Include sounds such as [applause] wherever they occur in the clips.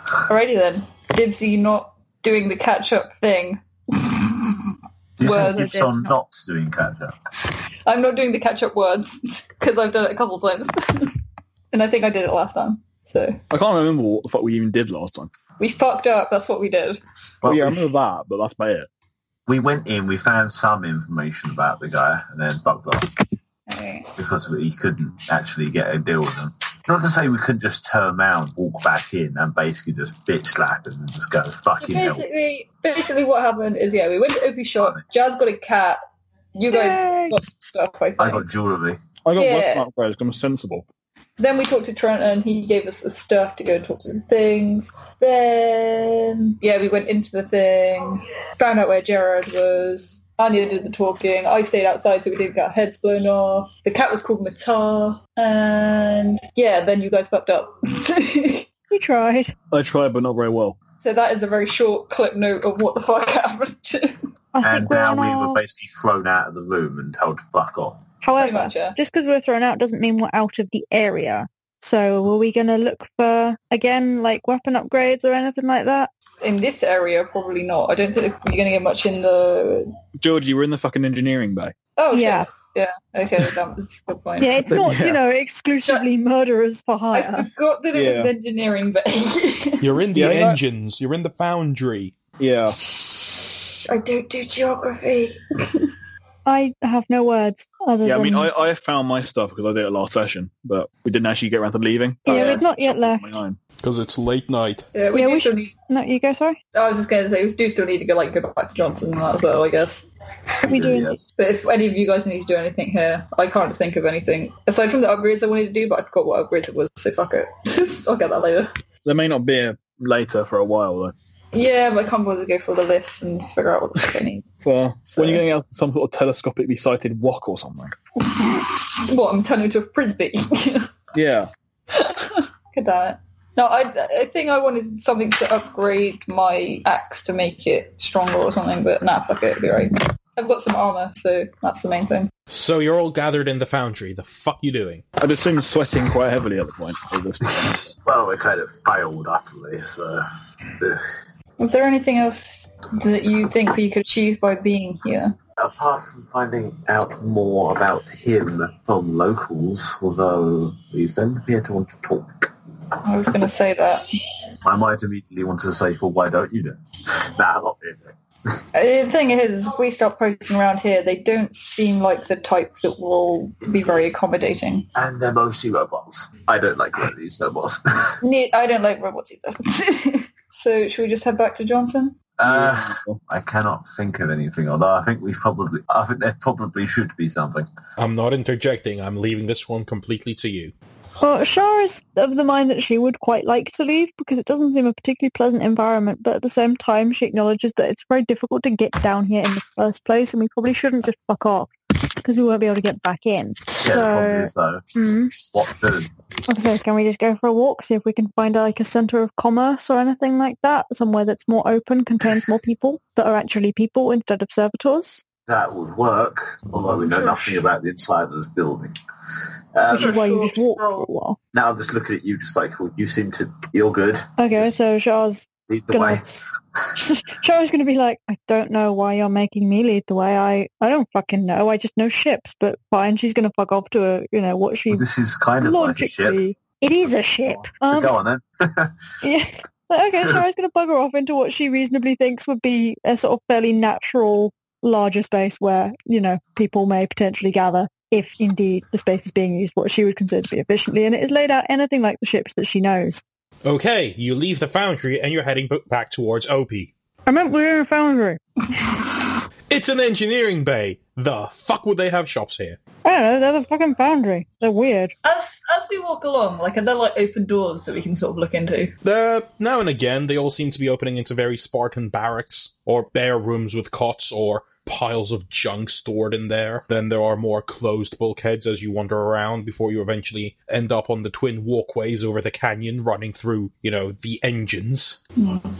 Alrighty then. Dibsy not doing the catch-up thing. [laughs] This Well, is they your did son not. not doing catch up. I'm not doing the catch-up words [laughs] because I've done it a couple times. [laughs] and I think I did it last time. So I can't remember what the fuck we even did last time. we fucked up. That's what we did. Oh Well, yeah, I we- remember that, but that's about it. we went in, we found some information about the guy, and then bugged off Okay. because we couldn't actually get a deal with him. Not to say we couldn't just turn around, walk back in, and basically just bitch slap him and just go So fucking hell. basically, basically what happened is, yeah, we went to Opie's shop. Jazz got a cat. You guys Yay. got some stuff, I think. I got jewellery. I got Yeah. yeah. work upgrades. I'm sensible. Then we talked to Trent and he gave us the stuff to go and talk to the things. Then, yeah, we went into the thing, found out where Gerard was. Anya did the talking. I stayed outside so we didn't get our heads blown off. The cat was called Matar. And, yeah, then you guys fucked up. [laughs] so We tried. I tried, but not very well. that is a very short clip note of what the fuck happened. [laughs] And I think we're uh, now on we our- were basically thrown out of the room and told to fuck off. Pretty However, much, yeah. just because we're thrown out doesn't mean we're out of the area. So were we going to look for, again, like weapon upgrades or anything like that? In this area, probably not. I don't think you're going to get much in the... George, you were in the fucking engineering bay. Oh, shit. yeah. Okay, that was a good point. Yeah, it's not, Yeah. you know, exclusively murderers for I [laughs] hire. forgot that it Yeah. was engineering, [laughs] but You're in the Yeah, that- engines. You're in the foundry. Yeah. I don't do geography. I have no words other Yeah, I than... mean, I, I found my stuff because I did it last session, but we didn't actually get around to leaving. Yeah, Uh, we've not yet shopping on left. my own. Because it's late night. Yeah, we Yeah, do we still need. No, you go, sorry? I was just going to say we do still need to go like go back to Johnson and that as well, I guess. We do. Yes. But if any of you guys need to do anything here, I can't think of anything aside from the upgrades I wanted to do, but I forgot what upgrades it was, so fuck it. [laughs] I'll get that later. There may not be a later for a while, though. Yeah, but I can't bother to go through the list and figure out what the fuck I need. For So- when you're going out some sort of telescopically sighted wok or something. What I'm turning into a frisbee. [laughs] Yeah. Good damn it. No, I, I think I wanted something to upgrade my axe to make it stronger or something, but nah, fuck it, it'll be right. I've got some armor, so that's the main thing. So you're all gathered in the foundry. The fuck you doing? I'd assume sweating quite heavily at the point. of this. Well, we kind of failed utterly, so... ugh. Was there anything else that you think we could achieve by being here? Apart from finding out more about him from locals, although these don't appear to want to talk, I was going to say that. I might immediately want to say, well, why don't you do it? Nah, not really. Uh, The thing is, if we start poking around here, they don't seem like the type that will be very accommodating. And they're mostly robots. I don't like wearing these robots. [laughs] Ne- I don't like robots either. [laughs] so should we just head back to Johnson? uh, I cannot think of anything, although I think we probably, I think there probably should be something. I'm not interjecting. I'm leaving this one completely to you. Well, Shar is of the mind that she would quite like to leave because it doesn't seem a particularly pleasant environment, but at the same time she acknowledges that it's very difficult to get down here in the first place and we probably shouldn't just fuck off because we won't be able to get back in. Yeah, the problem So, is though, mm. what do? so can we just go for a walk, see if we can find uh, like a centre of commerce or anything like that, somewhere that's more open, contains more people that are actually people instead of servitors? That would work, although we know Sure. nothing about the inside of this building. Um, Which is why you just walk for a Sure. while. now I'm just looking at you just like, well, you seem to, you're good. Okay, so Shar's Lead the way. gonna Cheryl's gonna [laughs] be like, I don't know why you're making me lead the way. I, I don't fucking know. I just know ships, but fine. She's gonna fuck off to a, you know what she Well, this is kind of like a ship. logically. it is a ship. So Um, go on then. [laughs] yeah. [laughs] Like, okay, Cheryl's gonna bugger off into what she reasonably thinks would be a sort of fairly natural larger space where you know people may potentially gather if indeed the space is being used what she would consider to be efficiently and it is laid out anything like the ships that she knows Okay, you leave the foundry and you're heading b- back towards OP. i meant we were in a foundry It's an engineering bay. The fuck would they have shops here? i don't know they're the fucking foundry they're weird As as we walk along, like are there like open doors that we can sort of look into? Uh, now and again, they all seem to be opening into very Spartan barracks, or bare rooms with cots, or piles of junk stored in there. Then there are more closed bulkheads as you wander around before you eventually end up on the twin walkways over the canyon running through, you know, the engines.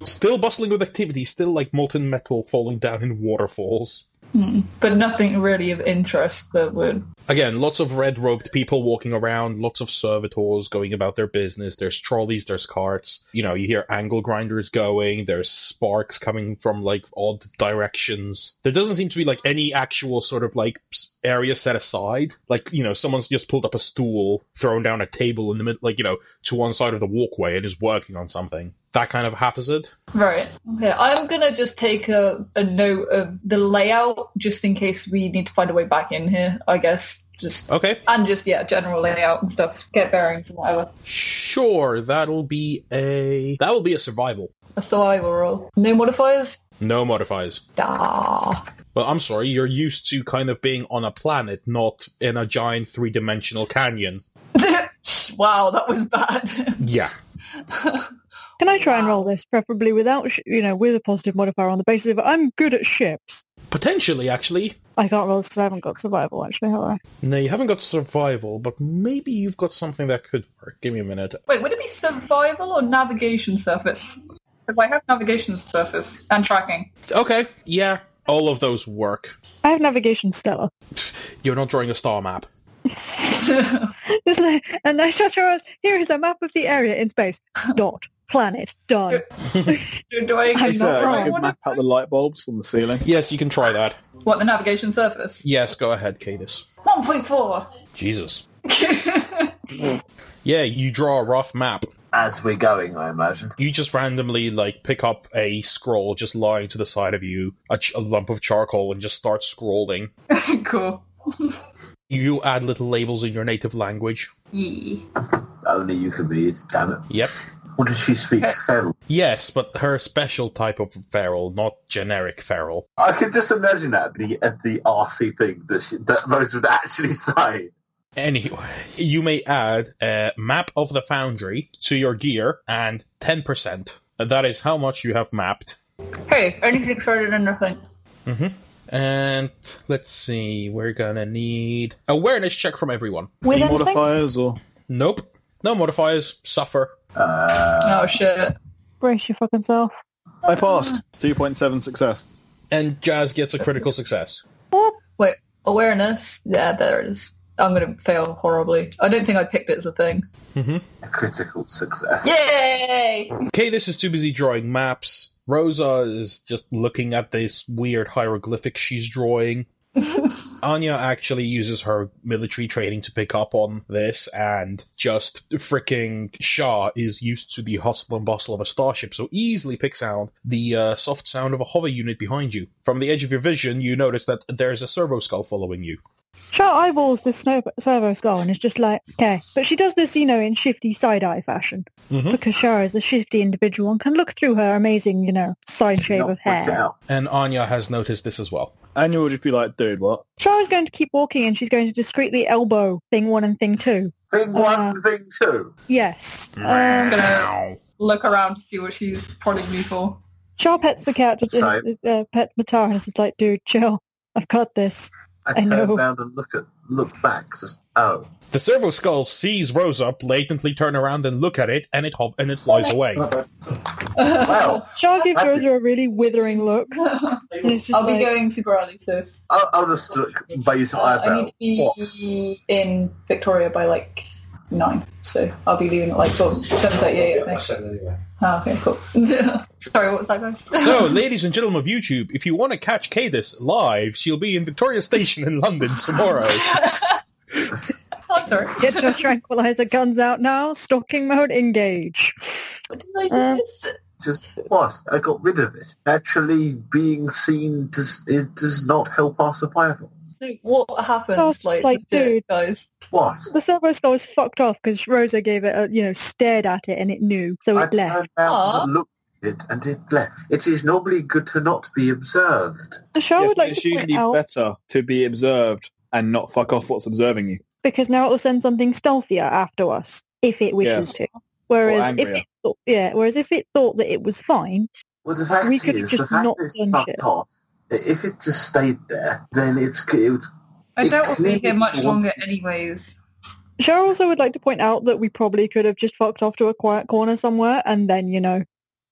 Still bustling with activity, still like molten metal falling down in waterfalls. Hmm. But nothing really of interest that would. Again, lots of red robed people walking around, lots of servitors going about their business. There's trolleys, there's carts. You know, you hear angle grinders going, there's sparks coming from like odd directions. There doesn't seem to be like any actual sort of like s- area set aside. Like, you know, someone's just pulled up a stool, thrown down a table in the middle, like, you know, to one side of the walkway and is working on something. That kind of haphazard. Right. Okay. I'm gonna just take a, a note of the layout just in case we need to find a way back in here. I guess just Okay. and just yeah, general layout and stuff, get bearings and whatever. Sure, that'll be a that will be a survival. A survival roll. No modifiers. No modifiers. Da. Well, I'm sorry, you're used to kind of being on a planet, not in a giant three-dimensional canyon. [laughs] wow, that was bad. [laughs] Yeah. Can I try and roll this, preferably without, sh- you know, with a positive modifier on the basis of I'm good at ships? Potentially, actually. I can't roll this because I haven't got survival, actually, have I? No, you haven't got survival, but maybe you've got something that could work. Give me a minute. Wait, would it be survival or navigation surface? Because I have navigation surface and tracking. [laughs] Okay, yeah. All of those work. I have navigation stellar. [laughs] You're not drawing a star map. It's like, and I shut her eyes. Here is a map of the area in space. Dot. Planet. Done. Do, do I I'm get not So wrong. I that could one? map out the light bulbs on the ceiling. Yes, you can try that. What the navigation surface? Yes, go ahead, Cadis. One point four. Jesus. Yeah, you draw a rough map. As we're going, I imagine. you just randomly like pick up a scroll just lying to the side of you a, ch- a lump of charcoal and just start scrolling [laughs] cool. you add little labels in your native language Yeah. Only you can read. Damn it. yep What does she speak? Feral. yes but her special type of feral not generic feral I could just imagine that the as the RC thing that, she, that Rose would actually [laughs] say. anyway you may add a map of the foundry to your gear and 10% and that is how much you have mapped Hey, anything shorter than nothing. and let's see we're gonna need awareness check from everyone With Any anything? modifiers or nope no modifiers suffer Oh shit. Brace your fucking self. I passed. Two point seven success. and jazz gets a critical success Whoop. Wait, awareness. Yeah, there it is. I'm gonna fail horribly. I don't think I picked it as a thing. A critical success. Yay! Okay, this is too busy drawing maps. Rosa is just looking at this weird hieroglyphic she's drawing. Anya actually uses her military training to pick up on this, and just freaking Shah is used to the hustle and bustle of a starship, so easily picks out the uh, soft sound of a hover unit behind you. From the edge of your vision, you notice that there's a servo skull following you. Char eyeballs this snow- servo skull and is just like, okay. But she does this, you know, in shifty side-eye fashion. Mhm. Because Shara is a shifty individual and can look through her amazing, you know, side shave Not of worked hair. out. And Anya has noticed this as well. Anya would just be like, dude, what? Shara's going to keep walking and she's going to discreetly elbow thing one and thing two. Thing one, thing two. Yes. Um, gonna look around to see what she's prodding me for. Char pets the cat, uh, So- uh, pets Matara, and is just like, dude, chill. I've got this. I, I turn know. around and look at look back. Just, oh, The servo skull sees Rosa, blatantly turn around and look at it, and it hov- and it flies away. well, Char gives Happy. Rosa a really withering look. [laughs] I'll And it's just be like, going super early, so I'll, I'll just look, raise uh, an eyebrow. I need to be in Victoria by like nine. So I'll be leaving at like sort of seven thirty eight. I think. Ah, okay, cool. [laughs] Sorry, what was that, guys? So, ladies and gentlemen of YouTube, if you want to catch Cadis live, she'll be in Victoria Station in London tomorrow. oh, [laughs] sorry. [laughs] Get your tranquilizer guns out now. Stalking mode, engage. What did I Um, just miss? Just what? I got rid of it. Actually, being seen does it does not help our survival. Like, what happened? Oh, it's like, like, legit, dude. guys. What? The servo skull was fucked off because Rosa gave it, a, you know, stared at it and it knew, so I it left. turned around Aw. and looked at it, and it left. It is normally good to not be observed. The show Yes, would like it's to point usually out better to be observed and not fuck off what's observing you. because now it will send something stealthier after us if it wishes Yes. to. Whereas if angrier. it thought, yeah, whereas if it thought that it was fine, Well, the fact We is, could've the just fact not that it's done fucked shit. off. If it just stayed there, then it's it would I It doubt we'll be here clearly much was- longer, anyways. Cheryl also would like to point out that we probably could have just fucked off to a quiet corner somewhere and then you know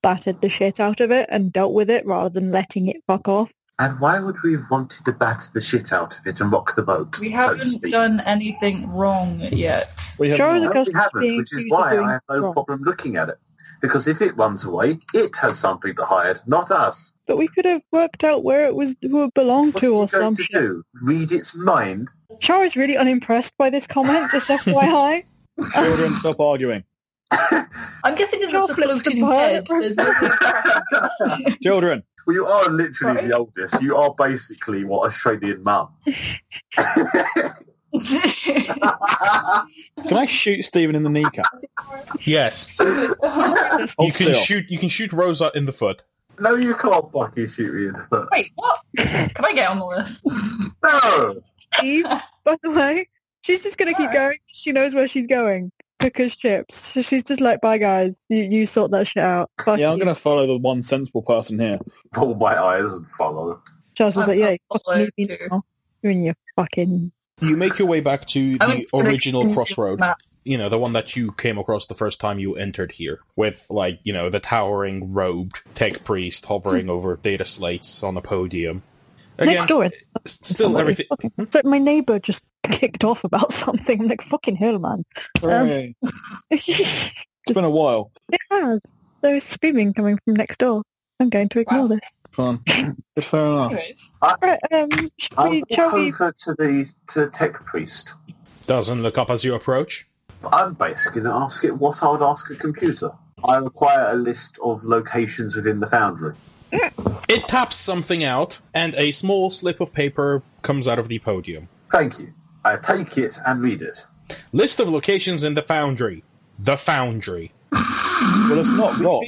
battered the shit out of it and dealt with it rather than letting it fuck off. And why would we have wanted to batter the shit out of it and rock the boat? We so to haven't speak? done anything wrong yet. We have Jar's a not. No, Because we haven't, being which is accused of why doing I have no wrong. problem looking at it. Because if it runs away, it has something to hide, not us. But we could have worked out where it was who it belonged What to are or you going some to shit. do? Read its mind. [laughs] Char is really unimpressed by this comment, [laughs] just FYI. Children, stop arguing. I'm guessing it's Joel just a flips the floating head. bird. There's nothing cracking. Children. Well, you are literally Right. the oldest. You are basically what Australian mum. Can I shoot Stephen in the [laughs] kneecap? Yes, you Hold can still. shoot. You can shoot Rosa in the foot. [laughs] no, you can't fucking shoot me in the foot. Wait, what? Can I get on the [laughs] list? No! Eves, by the way, she's just going to keep Alright. going. She knows where she's going. Because chips. So she's just like, bye guys, you, you sort that shit out. Fuck Yeah, I'm you. going to follow the one sensible person here. Pull my eyes and follow. Charles was I'm- like, yeah, I'm you followed fucking need me too. now. You're in your fucking... You make your way back to I'm the gonna- original crossroad. You know, the one that you came across the first time you entered here, with like, you know, the towering robed tech priest hovering over data slates on a podium. Again, Hmm? Next door. is- s- still somebody. everything. It's like my neighbour just [laughs] kicked off about [laughs] something. I'm like, fucking hell, man. [laughs] Hooray. it Um, it's been a while. has. There's screaming coming from next door. I'm going to ignore Wow. this. Fun. But fair enough. Anyways, Right, um, shall Oh, I'll we, walk shall we over to the to tech priest. Doesn't look up as you approach. I'm basically going to ask it what I would ask a computer. I require a list of locations within the foundry. It taps something out, and a small slip of paper comes out of the podium. Thank you. I take it and read it. List of locations in the foundry. The foundry. Well, it's not rock.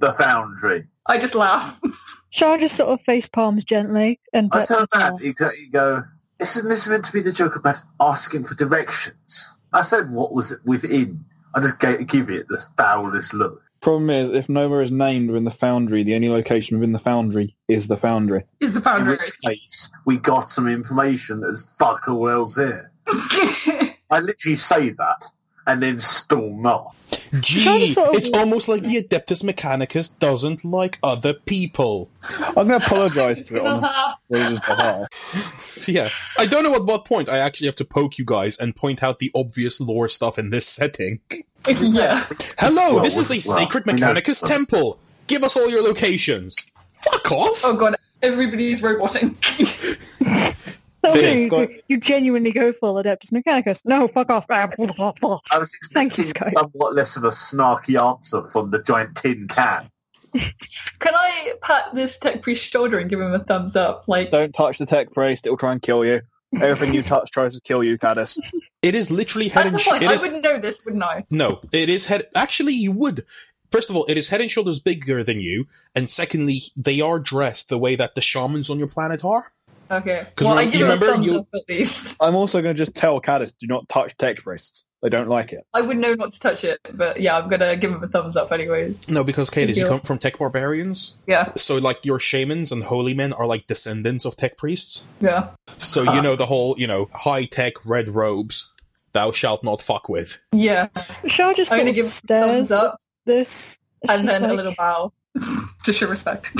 The foundry. I just laugh. [laughs] Shah just sort of face palms gently and I lets turn her back know. exactly go, isn't this meant to be the joke about asking for directions? I said what was it within. I just gave, give it the foulest look. Problem is, if nowhere is named within the foundry, the only location within the foundry is the foundry. Is the In founder which case, we got some information that's fuck all else here. [laughs] I literally say that and then storm off. Gee, Sounds so- it's almost like [laughs] the Adeptus Mechanicus doesn't like other people. I'm going to apologise to it on laugh? [laughs] Rosa's behalf. Yeah. I don't know at what point I actually have to poke you guys and point out the obvious lore stuff in this setting. yeah. Hello, Well, this is a we- well, sacred we know- Mechanicus temple. Give us all your locations. Fuck off! Oh god, everybody's roboting. [laughs] So Fair. you, you- you genuinely go full Adeptus Mechanicus. No, fuck off. [laughs] Ah, blah, blah, blah. I was [laughs] Thank you, expecting Sky. somewhat less of a snarky answer from the giant tin can. Can I pat this tech priest's shoulder and give him a thumbs up? Like, Don't touch the tech priest. It'll try and kill you. Everything you touch tries to kill you, Caddis. It is literally head at the and sh- point, it I is wouldn't know this, wouldn't I? No, it is head. Actually, you would. First of all, it is head and shoulders bigger than you, and secondly, they are dressed the way that the shamans on your planet are. Okay. 'Cause Well, re- I give him a remember thumbs you- up at least. [laughs] I'm also going to just tell Caddis, do not touch tech priests. They don't like it. I would know not to touch it, but yeah, I'm gonna give him a thumbs up anyways. No, because Cadis, you Yeah. come from tech barbarians, Yeah, so like your shamans and holy men are like descendants of tech priests. yeah. So you know the whole, you know, high tech red robes. Thou shalt not fuck with. Yeah. Shah just I'm sort gonna of give thumbs stares at up this. and She's then [laughs] a like, little bow. [laughs] Just show respect.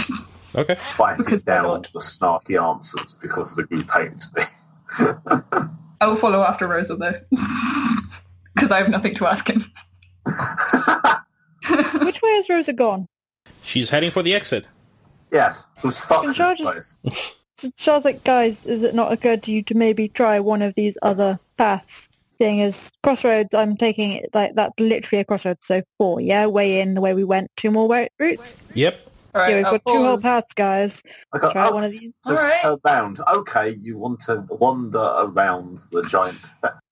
Okay. Biting Because why down not? the snarky answers because the group [laughs] hates me. I will follow after Rosa though. [laughs] Because I have nothing to ask him. Which way has Rosa gone? She's heading for the exit. Yes, because fuck Can this charges- place. So Shah's like, guys, is it not occurred to you to maybe try one of these other paths? Seeing as crossroads, I'm taking it like that's literally a crossroads. So four, yeah, way in the way we went. Two more way- routes. Yep. Alright, yeah, we've I'll got two whole uh, pause. Uh, paths, guys. I got, Try oh, one of these. just All right. turn round. Okay, you want to wander around the giant,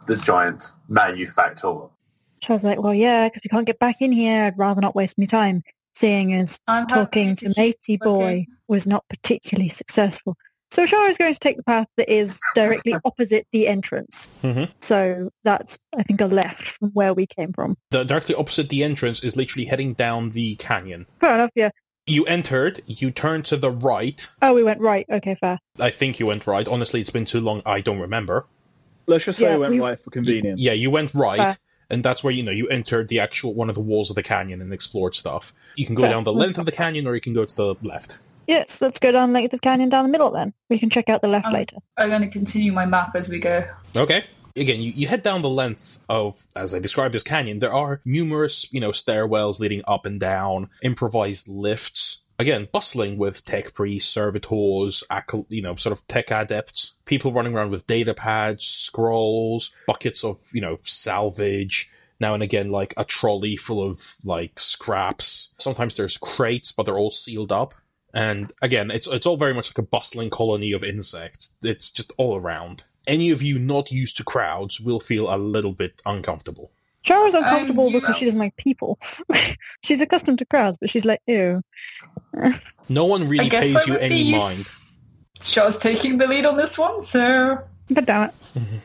the giant manufacturer. Shah's like, well, yeah, because we can't get back in here. I'd rather not waste my time. Seeing as I'm happy talking to keep matey boy working. was not particularly successful. So Shara is going to take the path that is [laughs] directly opposite the entrance. Mhm. So that's, I think, a left from where we came from. The, directly opposite the entrance is literally heading down the canyon. Fair enough, yeah. You entered. You turn to the right. Oh, we went right. Okay, fair. I think you went right. Honestly, it's been too long. I don't remember. Let's just say Yeah, it went we- right for convenience. Yeah, you went right, Fair. and that's where you know you entered the actual one of the walls of the canyon and explored stuff. You can go Fair. down the length of the canyon, or you can go to the left. Yes, let's go down the length of canyon down the middle then. We can check out the left Um, later. I'm going to continue my map as we go. Okay. Again, you, you head down the length of, as I described this canyon, there are numerous, you know, stairwells leading up and down, improvised lifts. Again, bustling with tech priests, servitors, accol- you know, sort of tech adepts, people running around with data pads, scrolls, buckets of, you know, salvage. Now and again, like a trolley full of like scraps. Sometimes there's crates, but they're all sealed up. And again, it's it's all very much like a bustling colony of insects. It's just all around. Any of you not used to crowds will feel a little bit uncomfortable. Chara's uncomfortable um, you because she doesn't like people. [laughs] she's accustomed to crowds, but she's like, ew. No one I really guess pays I you would any be mind. used- Shaw's taking the lead on this one, so But damn it.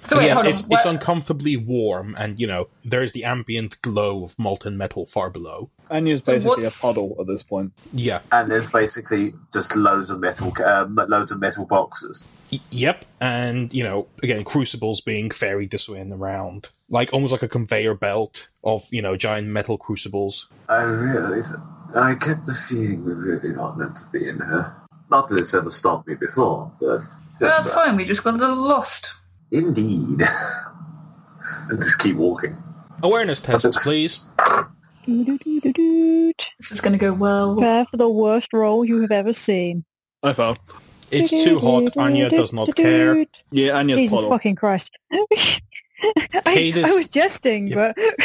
so wait, Again, hold on. it's, Where- it's uncomfortably warm, and you know there is the ambient glow of molten metal far below. Anya's So basically what's- a puddle at this point. Yeah, and there's basically just loads of metal, um, loads of metal boxes. Y- yep, and you know again, crucibles being ferried this way and around, like almost like a conveyor belt of you know giant metal crucibles. I really, I get the feeling we really not meant to be in here. Not that it's ever stopped me before, but Well, that's just, uh, fine. We just got a little lost. indeed. [laughs] and just keep walking. Awareness tests, please. Doo-doo-doo-doo-doot. This is going to go well. Prepare for the worst roll you have ever seen. I found. It's too hot. Anya does not care. Doo-doo-doo-doo-doot. Yeah, Anya's Jesus puddle. fucking Christ. [laughs] I, Cadus- I was jesting, Yep. but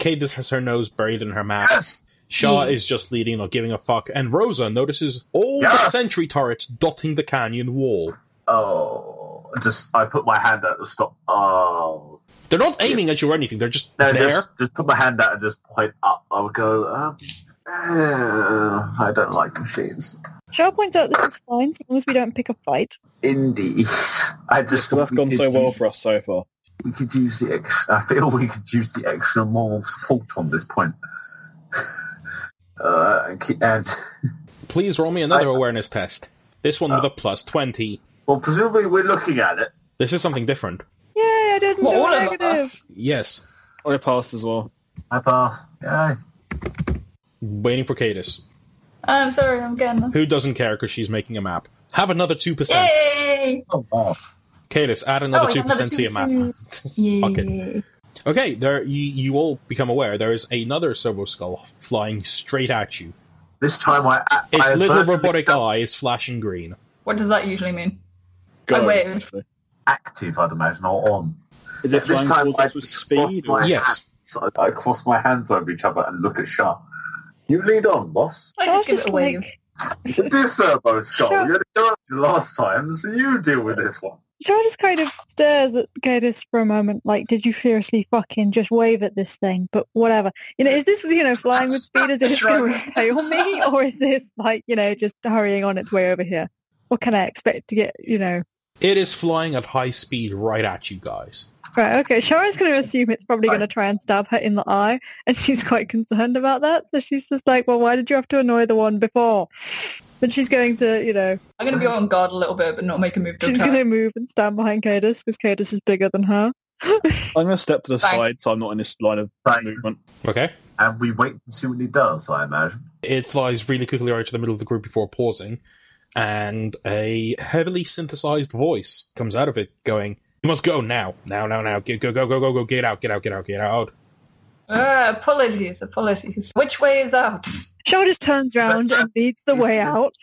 Cadus has her nose buried in her map. Yes! Shaw is just leading, not giving a fuck, and Rosa notices all the Yeah. sentry turrets dotting the canyon wall. Oh, I just I put my hand out to stop. Oh, They're not aiming at you or anything, they're just no, there. just, just put my hand out and just point up. I'll go. Um, uh, I don't like machines. Char points out this is fine as long as we don't pick a fight. Indeed, [laughs] I just Well, that's we gone could so well use- for us so far. We could use the extra. I feel we could use the extra moral support on this point. [laughs] Uh, and, keep- and Please roll me another I- Uh. awareness test. This one with a plus 20. well, presumably we're looking at it. This is something different. Yay, I didn't Well, do all a of negative. us. Yes. I passed as well. I pass. Yeah. Waiting for Cadus, I'm sorry, I'm getting. who doesn't care because she's making a map. Have another 2%. Yay! Oh, wow. Cadus, add another Oh, 2% another to your map. [laughs] 2%. Fuck it. Okay, there you, you all become aware there is another servo skull flying straight at you. This time I. I Its I little virtually robotic eye is flashing green. What does that usually mean? Go. wave. active, I'd imagine, or on. Is it This flying time towards I us with just speed? crossed my or- Yes. hands. So I, I cross my hands over each other and look at Sharp. You lead on, [laughs] boss. I just Char's give it just a wave. like, You did servo skull. Sure. You had it last time, so you deal with this one. Char just kind of stares at Cadus for a moment, like, did you seriously fucking just wave at this thing? But whatever. You know, is this, you know, flying with [laughs] speed as if it's going [laughs] to repel me? Or is this, like, you know, just hurrying on its way over here? What can I expect to get, you know? It is flying at high speed right at you guys. Right, okay. Sharon's going to assume it's probably going to try and stab her in the eye, and she's quite concerned about that. So she's just like, well, why did you have to annoy the one before? But she's going to, you know, I'm going to be on guard a little bit, but not make a move. she's going to move and stand behind Cadus because Cadus is bigger than her. I'm going to step to the Fine. side so I'm not in this line of Right. movement. Okay. And we wait and see what he does, I imagine. It flies really quickly right to the middle of the group before pausing, and a heavily synthesized voice comes out of it going, You must go now. Now, now, now. Get, go, go, go, go, go. Get out, get out, get out, get out. Ah, apologies, apologies. Which way is out? Sharon just turns round and leads the way out.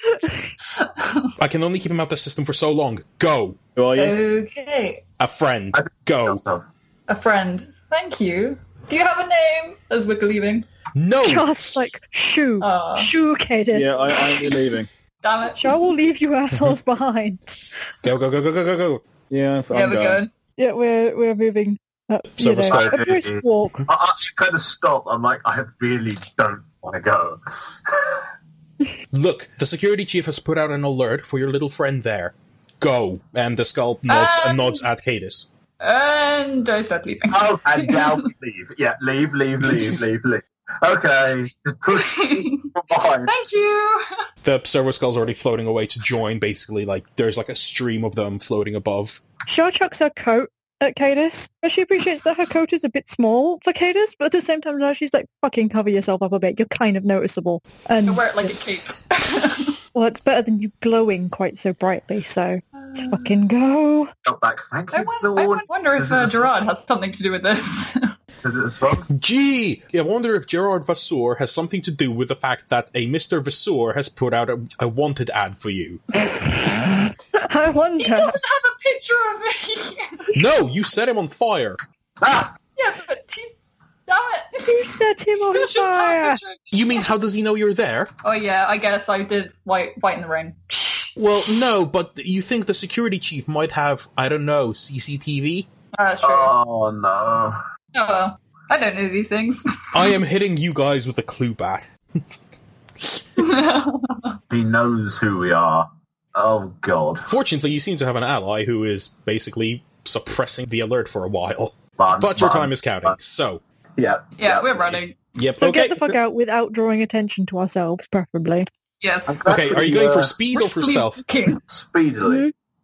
I can only keep him out of the system for so long. Go. Who are you? Oh, okay, A friend. Go. So, a friend. Thank you. Do you have a name? As we're leaving. No. Just like, shoo, Aw. shoo, Cadus. yeah, I, I ain't be leaving. Damn it. Shar will leave you assholes behind. Go, go, go, go, go, go, go. Yeah, I'm Yeah, we're going. going. Yeah, we're we're moving. Up, you So know, we're starting- a brisk walk. I actually kind of stop. I'm like, I really don't want to go. Look, the security chief has put out an alert for your little friend there. Go. And the skull nods and nods at Cadus. And I start [laughs] leaving. Oh, and now we leave. Yeah, leave, [laughs] leave, leave, leave, leave. Okay, just push Thank from behind. you. the servo skull's already floating away to join basically like there's like a stream of them floating above Shar chucks her coat at Cadus. But she appreciates that her coat is a bit small for Cadus, but at the same time now she's like, fucking cover yourself up a bit. You're kind of noticeable. I And wear it like a cape. Well, it's better than you glowing quite so brightly, so let's Uh, fucking go. [laughs] Shout back. Thank I you. won- for the I warning. won- wonder if uh, Gerard has something to do with this. Says it was wrong. Gee, I wonder if Gerard Vasseur has something to do with the fact that a Mr. Vasseur has put out a, a wanted ad for you. I he wonder. doesn't have a picture of me. [laughs] No, you set him on fire. Ah, yeah, but he's not. [laughs] He set him Still on should have a fire. picture of me. You mean how does he know you're there? Oh yeah, I guess I did white white in the ring. Well, no, but you think the security chief might have, I don't know, CCTV? Ah, that's true. oh no. oh, well. I don't know these things. [laughs] I am hitting you guys with a clue bat. He knows who we are. Oh god. Fortunately, you seem to have an ally who is basically suppressing the alert for a while. Run, But your run. time is counting, so. Yeah. yeah, we're running. Yep, So okay. get the fuck out without drawing attention to ourselves, preferably. Yes. I'm glad Okay, we, are you going uh, for speed or for stealth? [laughs] walking. speedily?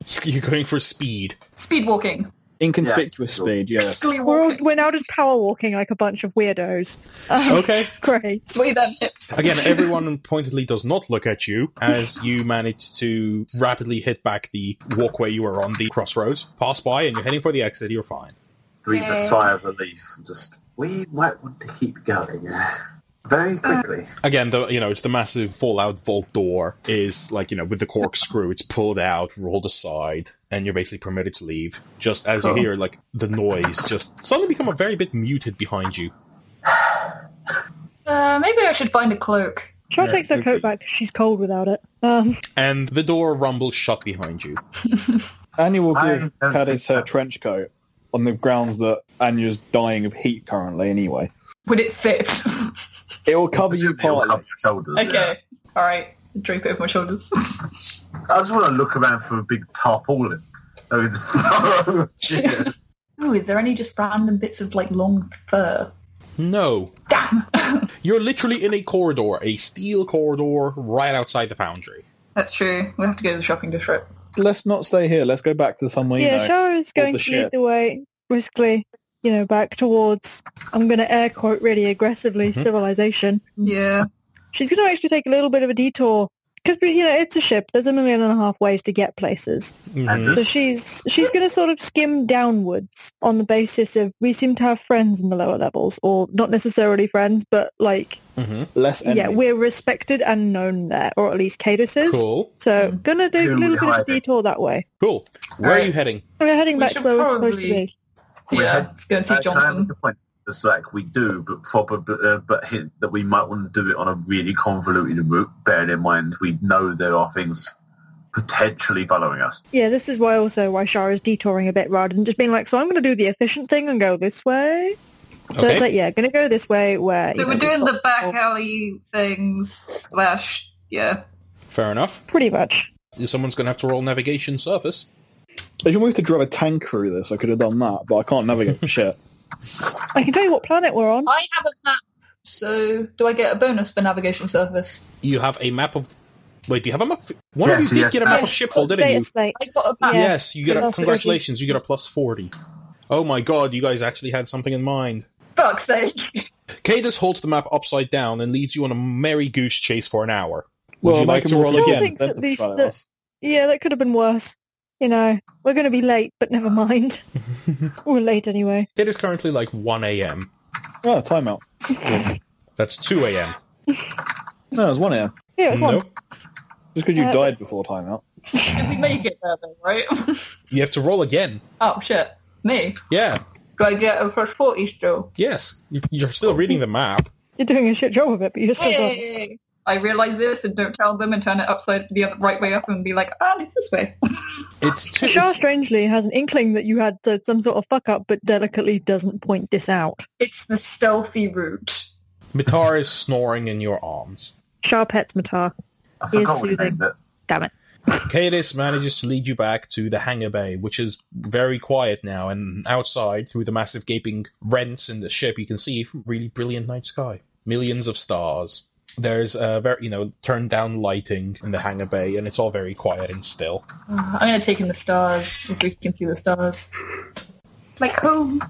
Mm-hmm. Hmm? You're going for speed. Speed walking. Inconspicuous Yeah. speed, yeah. Briskly We're, all, walking. we're now just power walking like a bunch of weirdos. Um, Okay. [laughs] Great. Sweet them hips. Again, everyone pointedly does not look at you as you manage to rapidly hit back the walkway you were on, the crossroads, pass by, and you're heading for the exit, you're fine. Breathe Okay. a sigh of relief. and Just we might want to keep going. Uh, Very quickly. Again, the you know, it's the massive fallout vault door is like, you know, with the corkscrew, it's pulled out, rolled aside, and you're basically permitted to leave. Just as you Cool. hear like the noise just suddenly become a very bit muted behind you. Uh, maybe I should find a cloak. Try takes her coat back 'cause she's cold without it. Um, And the door rumbles shut behind you. Anya will I give don't Cadis think her that- trench coat on the grounds that Anya's dying of heat currently anyway. Would it fit? [laughs] It will cover you It'll cover partly. your shoulders. okay. yeah. All right. Drape it over my shoulders. [laughs] I just want to look around for a big tarpaulin. I mean, [laughs] yeah. oh, is there any just random bits of like long fur? No. Damn. [laughs] You're literally in a corridor, a steel corridor right outside the foundry. That's true. We have to go to the shopping district. Let's not stay here. Let's go back to somewhere you yeah, know. Shara's all going the to lead shit. the way briskly, you know, back towards, I'm going to air quote really aggressively, Mm-hmm. Mhm. civilization. Yeah. She's going to actually take a little bit of a detour. Because you know it's a ship. There's a million and a half ways to get places. Mhm. Mm-hmm. So she's she's going to sort of skim downwards on the basis of we seem to have friends in the lower levels, or not necessarily friends, but like Less enemies. yeah, we're respected and known there, or at least Cadis is. Cool. So Mm. gonna do a Who we little bit of a hiding? detour that way. Cool. Where are Alright. you heading? We're heading We back to should where we're supposed to probably- be. Yeah. Let's go and see Uh, can I Johnson. make a point? Just like we do, but probably, uh, but hint that we might want to do it on a really convoluted route. Bearing in mind, we know there are things potentially following us. Yeah, this is why also why Shara's detouring a bit rather than just being like, so I'm gonna do the efficient thing and go this way. So Okay. it's like, yeah, gonna go this way where you So we're know, doing we've the got- back alley things slash yeah. Fair enough. pretty much. Someone's going to have to roll navigation surface. If you wanted to drive a tank through this, I could have done that, but I can't navigate [laughs] for shit. I can tell you what planet we're on. I have a map, so do I get a bonus for navigation surface? You have a map of. Wait, do you have a map? One of Yes, you did yes, get a map of yes. Shipfall, didn't Data you? slate. I got a map. Yeah. Yes, you get a. Plus Congratulations, you get a plus 40. Oh my god, you guys actually had something in mind. Fuck's sake. [laughs] Cadus holds the map upside down and leads you on a merry goose chase for an hour. Would Well, you like make to a- roll I again? think that these- Try that- us. Yeah, that could have been worse. You know, we're gonna be late, but never [laughs] mind. we're late anyway. It is currently like 1 a.m. Oh, timeout. That's 2 a.m. No, there's one here. Yeah, it's one. No. Just because you Uh, died before timeout. Did we make it there though, right? [laughs] You have to roll again. oh shit. Me. Yeah. Do I get a plus forty still? Yes. You- You're still reading the map. You're doing a shit job of it, but you're still got- Yay! I realise this and don't tell them and turn it upside the other right way up and be like, ah, it's this way. It's two. Shah It's, strangely has an inkling that you had uh, some sort of fuck up, but delicately doesn't point this out. It's the stealthy route. Mitar is snoring in your arms. Shah pets Matar. I Yes, forgot we you named it. Damn it. Cadis manages to lead you back to the hangar bay, which is very quiet now, and outside, through the massive gaping rents in the ship, you can see really brilliant night sky. Millions of stars. There's uh, very, you know, turned down lighting in the hangar bay, and it's all very quiet and still. I'm gonna take in the stars if we can see the stars. Like home.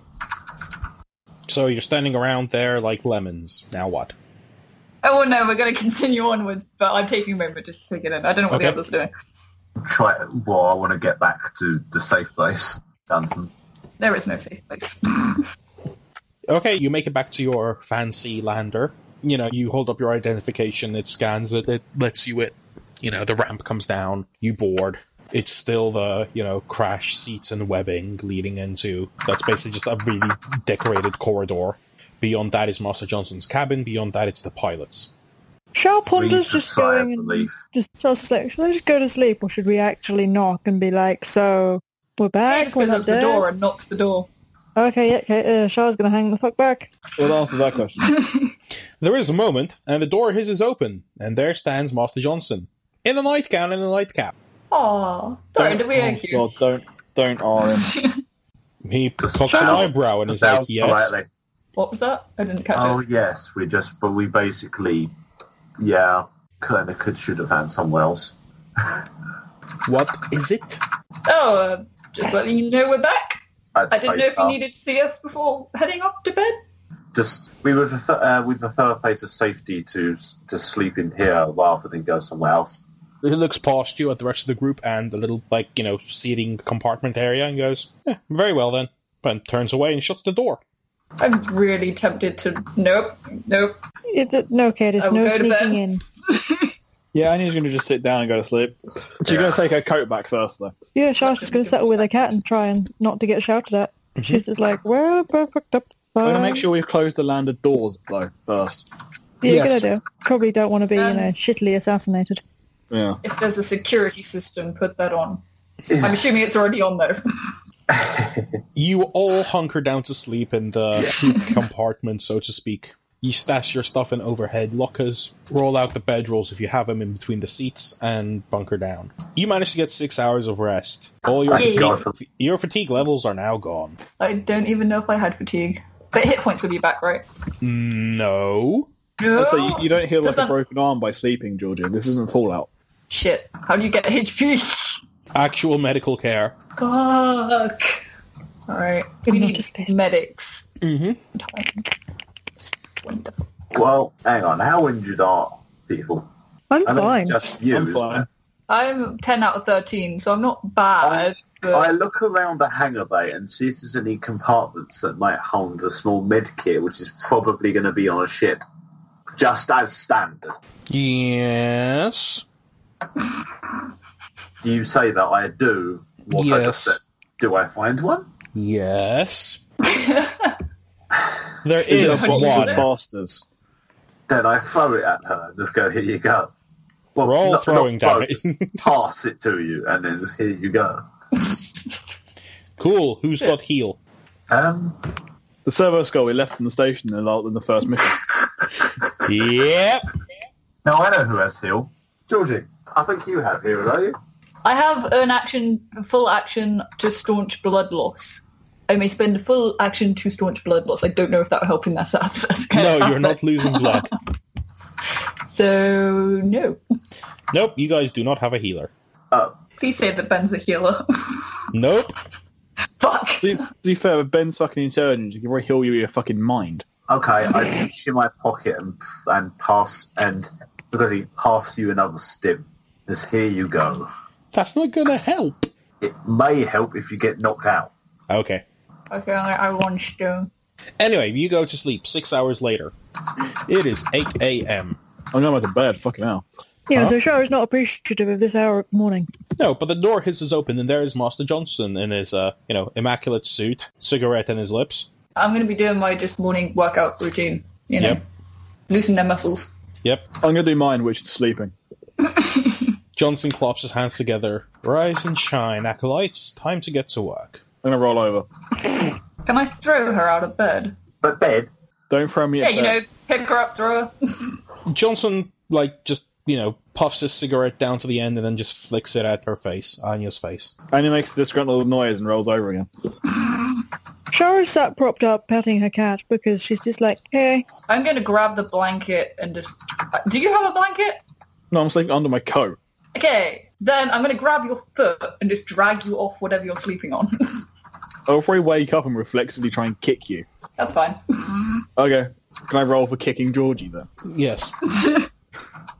So you're standing around there like lemons. Now what? Oh well, no, we're going to continue onwards, but I'm taking a moment just to take it in. I don't know what Okay. the others are doing. Try. Well, I want to get back to the safe place, Dunson. There is no safe place. [laughs] Okay, you make it back to your fancy lander. You know, you hold up your identification, it scans it, it lets you it. You know, the ramp comes down, you board. It's still the, you know, crash seats and webbing leading into that's basically just a really decorated corridor. Beyond that is Master Johnson's cabin, beyond that it's the pilot's. Shall Breathes Ponder's a just sigh of going and relief. just tells us like, should I just go to sleep or should we actually knock and be like, so we're he back, just we're goes not up to the dead? door and knocks the door. Okay, yeah, okay, uh, Shah's gonna hang the fuck back. Well, answer that [laughs] question. There is a moment, and the door his is open, and there stands Master Johnson. In a nightgown and a nightcap. Aw. Sorry, did we oh, hang you? God, don't don't R him. He cocks an sounds- eyebrow and is like, Sounds yes. politely. [laughs] What was that? I didn't catch Oh it. yes, we just. But we basically, yeah, kind of could should have had somewhere else. What is it? Oh, uh, just letting you know we're back. I didn't know if you uh, needed to see us before heading off to bed. Just we would [laughs] prefer, uh, we prefer a place of safety to to sleep in here rather than go somewhere else. he looks past you at the rest of the group and the little like you know seating compartment area and goes "Eh, very well then and turns away and shuts the door I'm really tempted to. Nope, nope. It's uh, no, okay, I there's will no Oh, go to bed. sneaking in. Yeah, Annie's going to just sit down and go to sleep. She's Yeah. going to take her coat back first, though. Yeah, Shah's just gonna settle with her cat and try and not to get shouted at. She's just like, well, perfect up. I'm going to fine." make sure we close the lander doors, though, first. Yeah, Yes. good idea. Probably don't want to be, you Um, know, shittily assassinated. Yeah. If there's a security system, put that on. I'm assuming it's already on though. [laughs] you all hunker down to sleep in the [laughs] compartment so to speak you stash your stuff in overhead lockers roll out the bedrolls if you have them in between the seats and bunker down you manage to get six hours of rest all your Thank fatigue, your fatigue levels are now gone I don't even know if I had fatigue. But hit points will be back, right? no Also, Oh, you, you don't heal Does like a that- broken arm by sleeping, Georgia. This isn't Fallout. Shit. How do you get HP? actual medical care Fuck. Alright. We Good need notice, please. medics. Mhm. Wonderful. Well, hang on. How injured are people? I'm I mean, fine. Just you. I'm isn't fine. it? I'm 10 out of 13, so I'm not bad. I but look around the hangar bay and see if there's any compartments that might hold a small med kit, which is probably going to be on a ship, just as standard. yes You say that I do. What I just Yes. said. Do I find one? Yes. [laughs] there is, These are one. these are Bastards. Then I throw it at her and just go, here you go. Well, Roll not- throwing not throw, damage. just pass it to you, and then here you go. [laughs] cool. Who's got heal? Um, The servo skull we left in the station in the, in the first mission. Yep. now I know who has heal. Georgie, I think you have heal, don't you? I have an action, full action to staunch blood loss. I may spend a full action to staunch blood loss. I don't know if that will help in that. [laughs] That's, that's kind No, of you're not losing blood. So, no. Nope, you guys do not have a healer. Oh, Please say that Ben's a healer. [laughs] Nope. Fuck. to, be, to be fair, with Ben's fucking intelligence, he can probably heal you with your fucking mind. okay. I reach in my pocket and and pass and really pass you another stim. Just here you go. That's not gonna help. It may help if you get knocked out. Okay. Okay, I, um, I want stone. Anyway, you go to sleep six hours later. It is 8 a.m. I'm going back to bed. Fucking hell. yeah, so Shah's not appreciative of this hour of morning. No, but the door hisses open and there is Master Johnson in his, uh, you know, immaculate suit, cigarette in his lips. I'm going to be doing my just morning workout routine. You know, Yep. loosen their muscles. Yep. I'm going to do mine, which is sleeping. Johnson claps his hands together. Rise and shine, acolytes. Time to get to work. I'm going to roll over. Can I throw her out of bed? But bed, Don't throw me Yeah, at you know, bed. pick her up, throw her. Johnson, like, just, you know, puffs his cigarette down to the end and then just flicks it at her face, Anya's face. And he makes a disgruntled noise and rolls over again. Shara's sat propped up petting her cat because she's just like, hey, [laughs] I'm going to grab the blanket and just. uh, Do you have a blanket? No, I'm sleeping under my coat. Okay, then I'm going to grab your foot and just drag you off whatever you're sleeping on. [laughs] I'll probably wake up and reflexively try and kick you. That's fine. Okay. Can I roll for kicking Georgie then? Yes.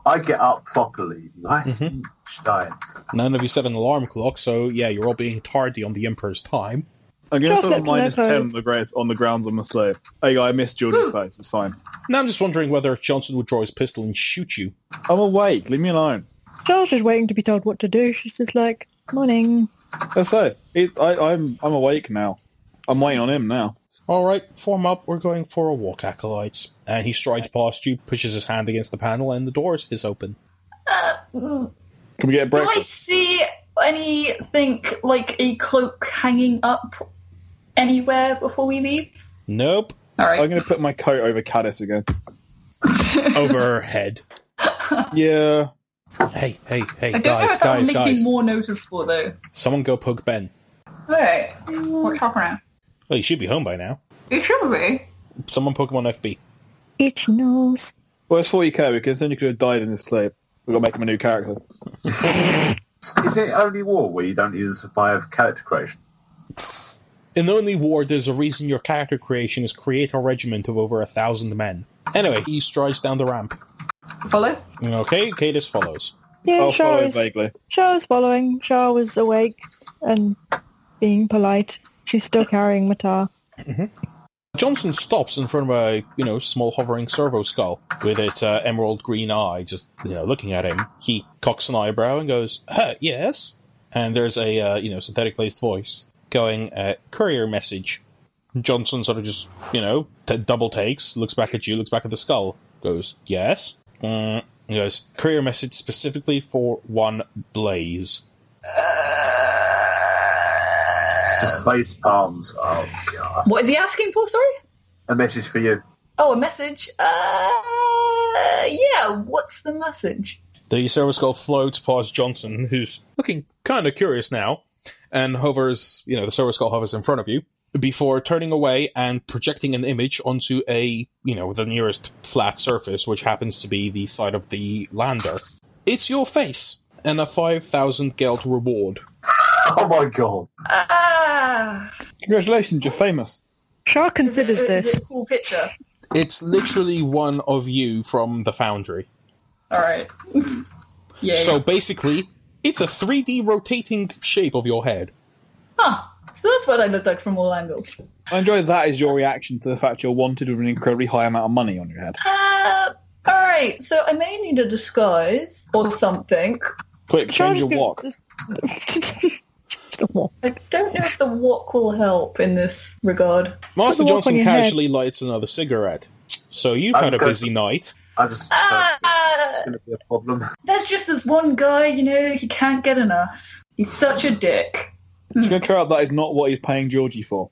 I get up properly. Nice and shine. None of you set an alarm clock, so yeah, you're all being tardy on the Emperor's time. I'm going to Just put a let me know, minus ten on please. the, grace, on the grounds I'm a slave. Hey, I missed Georgie's face. It's fine. Now I'm just wondering whether Johnson would draw his pistol and shoot you. I'm awake. Leave me alone. Charles is waiting to be told what to do. She's just like, morning. That's it. it I, I'm I'm awake now. I'm waiting on him now. All right, form up. We're going for a walk, acolytes. And he strides past you, pushes his hand against the panel, and the door is open. Can we get a Do I breakfast? see anything like a cloak hanging up anywhere before we leave? Nope. All right. I'm going to put my coat over Caddis again. [laughs] Overhead. Yeah. [coughs] Hey, hey, hey, I don't know guys, if that guys, would make guys. me more noticeable though. Hmm. Someone go poke Ben. All right. What's happening? Well, he should be home by now. It should be. Someone Pokemon FB. Itchy nose. Well, it's 40k because then you could have died in his sleep. We've got to make him a new character. Is it only war where you don't even survive character creation? In only war, there's a reason your character creation is create a regiment of over a thousand men. Anyway, he strides down the ramp. Follow? Okay, Cadus follows. Yeah, I'll follow him Charles. vaguely. Shah was following. Shah was awake and being polite. She's still carrying Matar. Johnson stops in front of a, you know, small hovering servo skull with its uh, emerald green eye just, you know, looking at him. He cocks an eyebrow and goes, uh, yes? And there's a, uh, you know, synthetic laced voice going, uh, courier message. Johnson sort of just, you know, t- double takes, looks back at you, looks back at the skull, goes, yes? Mm, he goes, courier message specifically for one blaze. Just face palms. Oh, God. What is he asking for? Sorry. A message for you. [laughs] Oh, a message. Uh, yeah. What's the message? The service skull floats past Johnson, who's looking kind of curious now, and hovers, you know, the service skull hovers in front of you before turning away and projecting an image onto a, you know, the nearest flat surface, which happens to be the side of the lander. It's your face and a 5,000 geld reward. Oh, my God. Ah, Congratulations, you're famous. Shah is considers it- is this. it a cool picture? It's literally one of you from the foundry. All right. [laughs] yeah. So basically, it's a 3D rotating shape of your head. Huh. So that's what I look like from all angles. I enjoy that is your reaction to the fact you're wanted with an incredibly high amount of money on your head. Uh, all right. So I may need a disguise or something. Quick, change Charles your walk. [laughs] Just, just a walk. I don't know if the walk will help in this regard. Master Put the walk on Johnson your head. casually lights another cigarette. So you've I'm had a good. busy night. I just... uh, Ah, It's going to be a problem. there's just this one guy. You know, he can't get enough. He's such a dick. Just going to clear up that is not what he's paying Georgie for.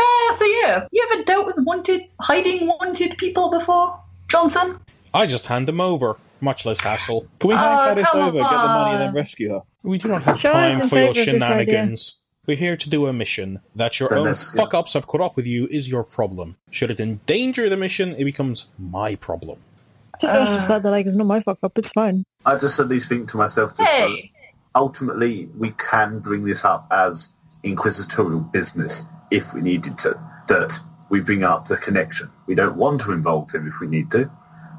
Ah, so yeah, you ever dealt with wanted, hiding wanted people before, Johnson? I just hand them over. Much less hassle. Can we Oh, hand Caddis come over, get the money, and on. then rescue her? We do not have Sure, I'm time in for your favor of this idea. shenanigans. We're here to do a mission. That your Then own let's go. fuck ups have caught up with you is your problem. Should it endanger the mission, it becomes my problem. So Charles Uh. just like, they're like, it's not my fuck up, it's fine. I just at least think to myself, just, Hey, ultimately, we can bring this up as inquisitorial business if we needed to. That we bring up the connection. We don't want to involve him if we need to,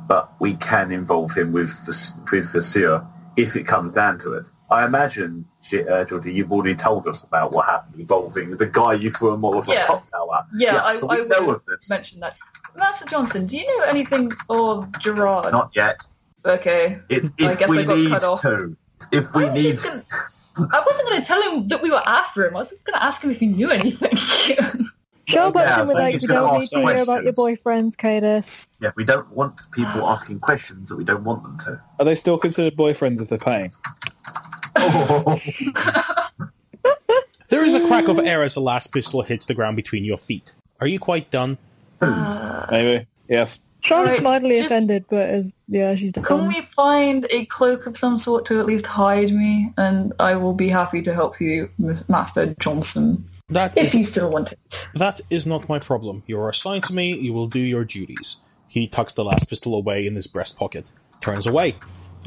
but we can involve him with the, with the seer if it comes down to it. I imagine, Ge- uh, Georgie, you've already told us about what happened involving the guy you threw a Molotov Yeah. cocktail at. yeah, I, so we I know would of this. mention that. Master Johnson, do you know anything of Gerard? Not yet. okay, It's I if guess I we got need cut off. to. If we I was need just gonna. I wasn't going to tell him that we were after him. I was just going to ask him if he knew anything. [laughs] Shah yeah, works in but with like, he's you gonna don't ask need to hear about your questions. boyfriends, Cadus. Yeah, we don't want people asking questions that we don't want them to. Are they still considered boyfriends if they're paying? There is a crack of air as the last pistol hits the ground between your feet. Are you quite done? Maybe. Yes. Shah Alright, is mildly just- offended, but is, yeah, she's Can done. we find a cloak of some sort to at least hide me? And I will be happy to help you, Mis- Master Johnson, That if is you still want it. That is not my problem. You are assigned to me, you will do your duties. He tucks the last pistol away in his breast pocket, turns away,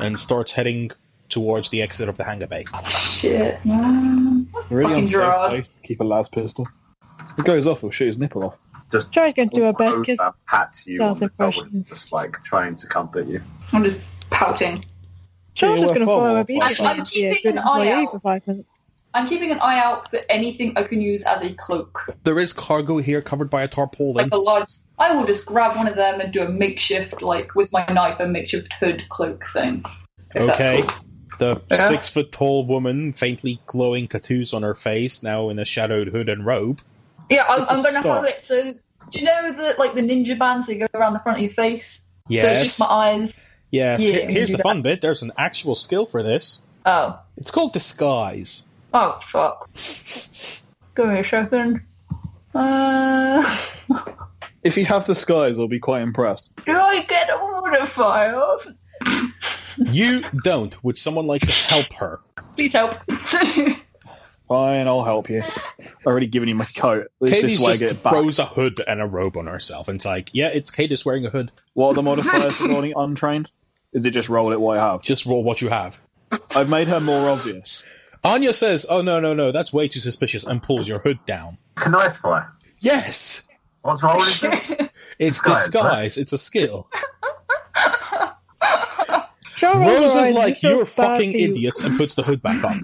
and starts heading towards the exit of the hangar bay. Shit, man. Really Fucking unsafe Gerard. place to keep a last pistol. If it goes off, we'll shoot his nipple off. Just Char's going to do her best because Rosa pats you on Charles the shoulder, impressions. just like trying to comfort you. I'm just pouting. Charles is Yeah, going to UFO follow or her immediately. I'm and be a keeping good an eye employee out. for five minutes. I'm keeping an eye out for anything I can use as a cloak, There is cargo here covered by a tarpaulin. like a large. I will just grab one of them and do a makeshift, like with my knife, a makeshift hood cloak thing. if that's Okay. cool. Uh-huh. The Yeah. six foot tall woman, faintly glowing tattoos on her face, now in a shadowed hood and robe. Yeah, I'm, It's a I'm going to staff. hold it. So you know the like the ninja bands that go around the front of your face. So it's Yes. just my eyes. yes. Yeah, Here- you Here's do the that. fun bit. There's an actual skill for this. Oh, It's called disguise. oh fuck. Give me a second. Uh, [laughs] If you have the skies, I'll be quite impressed. do I get a water file? [laughs] You don't. Would someone like to help her? Please help. [laughs] Fine, I'll help you. I've already given you my coat. At least Katie's this way I just get it back. throws a hood and a robe on herself and it's like, yeah, it's Katie's wearing a hood. What are the modifiers for rolling untrained? Is it just roll it what I have? Just roll what you have. I've made her more obvious. Anya says, oh, no, no, no, that's way too suspicious and pulls your hood down. Can I fly? Yes! What's wrong with [laughs] you? [laughs] It's Disguise, disguise. It's [laughs] a skill. Char rolls her Rose eyes is and like, just feels you're bad for fucking you. idiots and puts the hood back on.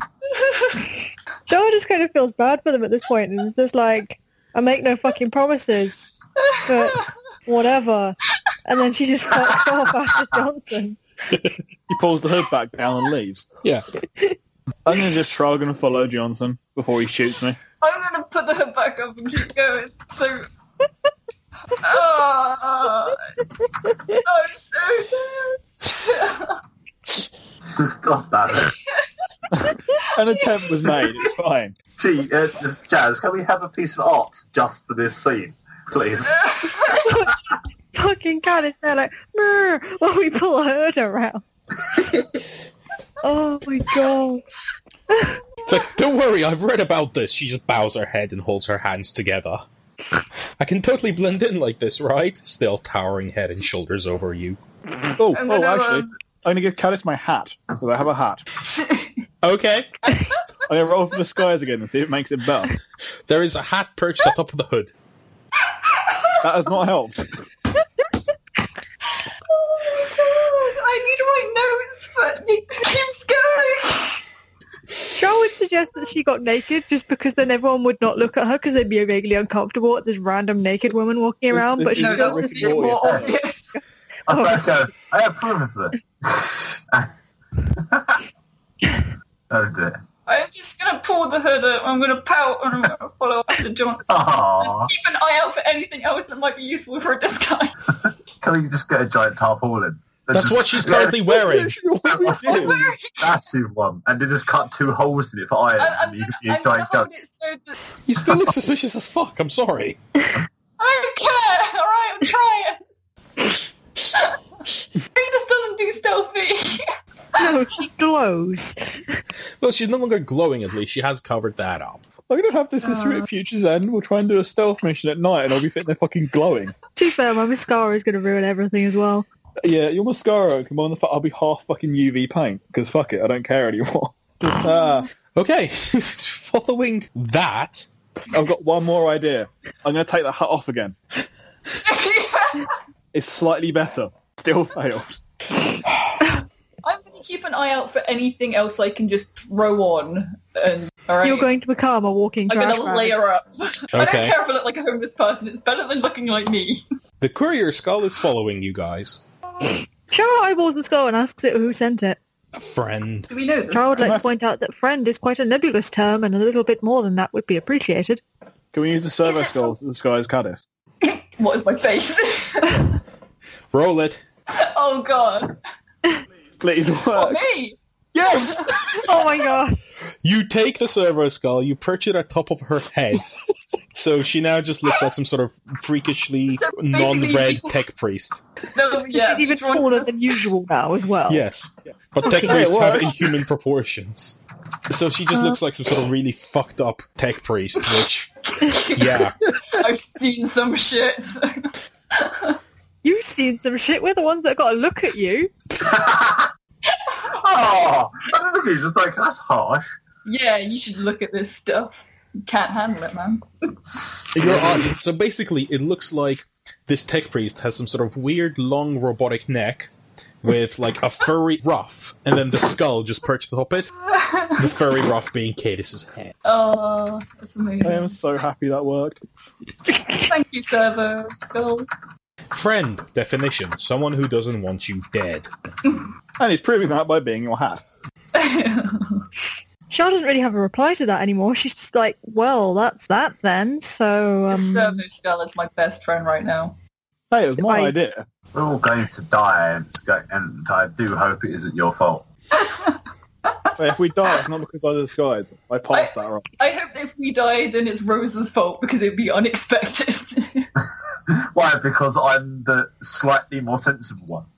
Char just kind of feels bad for them at this point and is just like, I make no fucking promises, but whatever. And then she just fucks off [laughs] after Johnson. He pulls the hood back down and leaves. Yeah. I'm going to just try and follow Johnson before he shoots me. I'm gonna put the hood back up and keep going. So. Ah, I'm so sad. Stop that. An attempt was made. It's fine. Gee, uh, just, Jazz, can we have a piece of art just for this scene, [laughs] please? fucking cat is there like, "Mer," while we pull her hood [laughs] around. oh my god. It's like, don't worry, I've read about this. She just bows her head and holds her hands together. I can totally blend in like this, right? Still towering head and shoulders over you. Oh, I'm oh, gonna, actually, um, I'm going to give Caddis my hat because I have a hat. Okay. I'm going to roll for the skies again and see if it makes it better. There is a hat perched atop of the hood. That has not helped. I need my nose, but it keeps going. Char would suggest that she got naked just because then everyone would not look at her because they'd be vaguely uncomfortable at this random naked woman walking around. But she No, No, that that was Rick feels this- and more Morty obvious. effect. I'm about to go, I approve of it. [laughs] oh dear. I'm just gonna pull the hood up. I'm gonna pout and I'm gonna follow after John. Aww. Keep an eye out for anything else that might be useful for a disguise. Can we just get a giant tarpaulin? That's what she's currently wearing. [laughs] I'm Wearing. wearing- massive one, and they just cut two holes in it for iron, I'm, and I'm you gonna, could be a I'm gonna giant hold gun. it so that You still look suspicious as fuck. I'm sorry. I don't care. [laughs] All right, I'm trying. Venus doesn't do stealthy. [laughs] [laughs] No, she glows. Well, she's no longer glowing, at least. She has covered that up. I'm going to have this history at Future's End. We'll try and do a stealth mission at night and I'll be thinking they're fucking glowing. To be fair, my mascara is going to ruin everything as well. Yeah, your mascara can on the fact I'll be half fucking UV paint because fuck it, I don't care anymore. [laughs] Ah, Okay. [laughs] Following that, I've got one more idea. I'm going to take the hat off again. It's slightly better. Still failed. I'm gonna keep an eye out for anything else I can just throw on. And all right, You're going to become a walking I'm trash gonna bag. layer up. [laughs] I don't Okay. care if I look like a homeless person. It's better than looking like [laughs] me. the courier skull is following you guys. Char eyeballs the skull and asks it who sent it. A friend. Do we know this? Char would like Am I- to point out that friend is quite a nebulous term and a little bit more than that would be appreciated. Can we use the servo skulls that the sky has cut us? What is my face? [laughs] Roll it. oh god, Oh, Please work. me! Yes! Oh my god. You take the servo skull, you perch it atop of her head. so she now just looks like some sort of freakishly So basically non red you- tech priest. No, yeah, She's even each one's taller just- [laughs] than usual now as well. Yes. But tech Oh. Okay. priests It have works. inhuman proportions. So she just looks like some sort of really fucked up tech priest, which, yeah. I've seen some shit. [laughs] You've seen some shit. We're the ones that got to look at you. Oh, Ah! I don't know, it's just like, that's harsh. yeah, you should look at this stuff. Can't handle it, man. You're on- So basically, it looks like this tech priest has some sort of weird, long, robotic neck with like a furry ruff, and then the skull just perched atop it. The furry ruff being Cadis's head. Oh, that's amazing. I am so happy that worked. Thank you, server. Phil. Friend definition: someone who doesn't want you dead. And he's proving that by being your hat. Shar doesn't really have a reply to that anymore. She's just like, well, that's that then. So, This um, servo skull is my best friend right now. Hey, it was my I- idea. We're all going to die, and, it's go- and I do hope it isn't your fault. But if we die, it's not because I disguise. I passed that wrong. I hope if we die, then it's Rose's fault because it'd be unexpected. Why? Because I'm the slightly more sensible one. [laughs]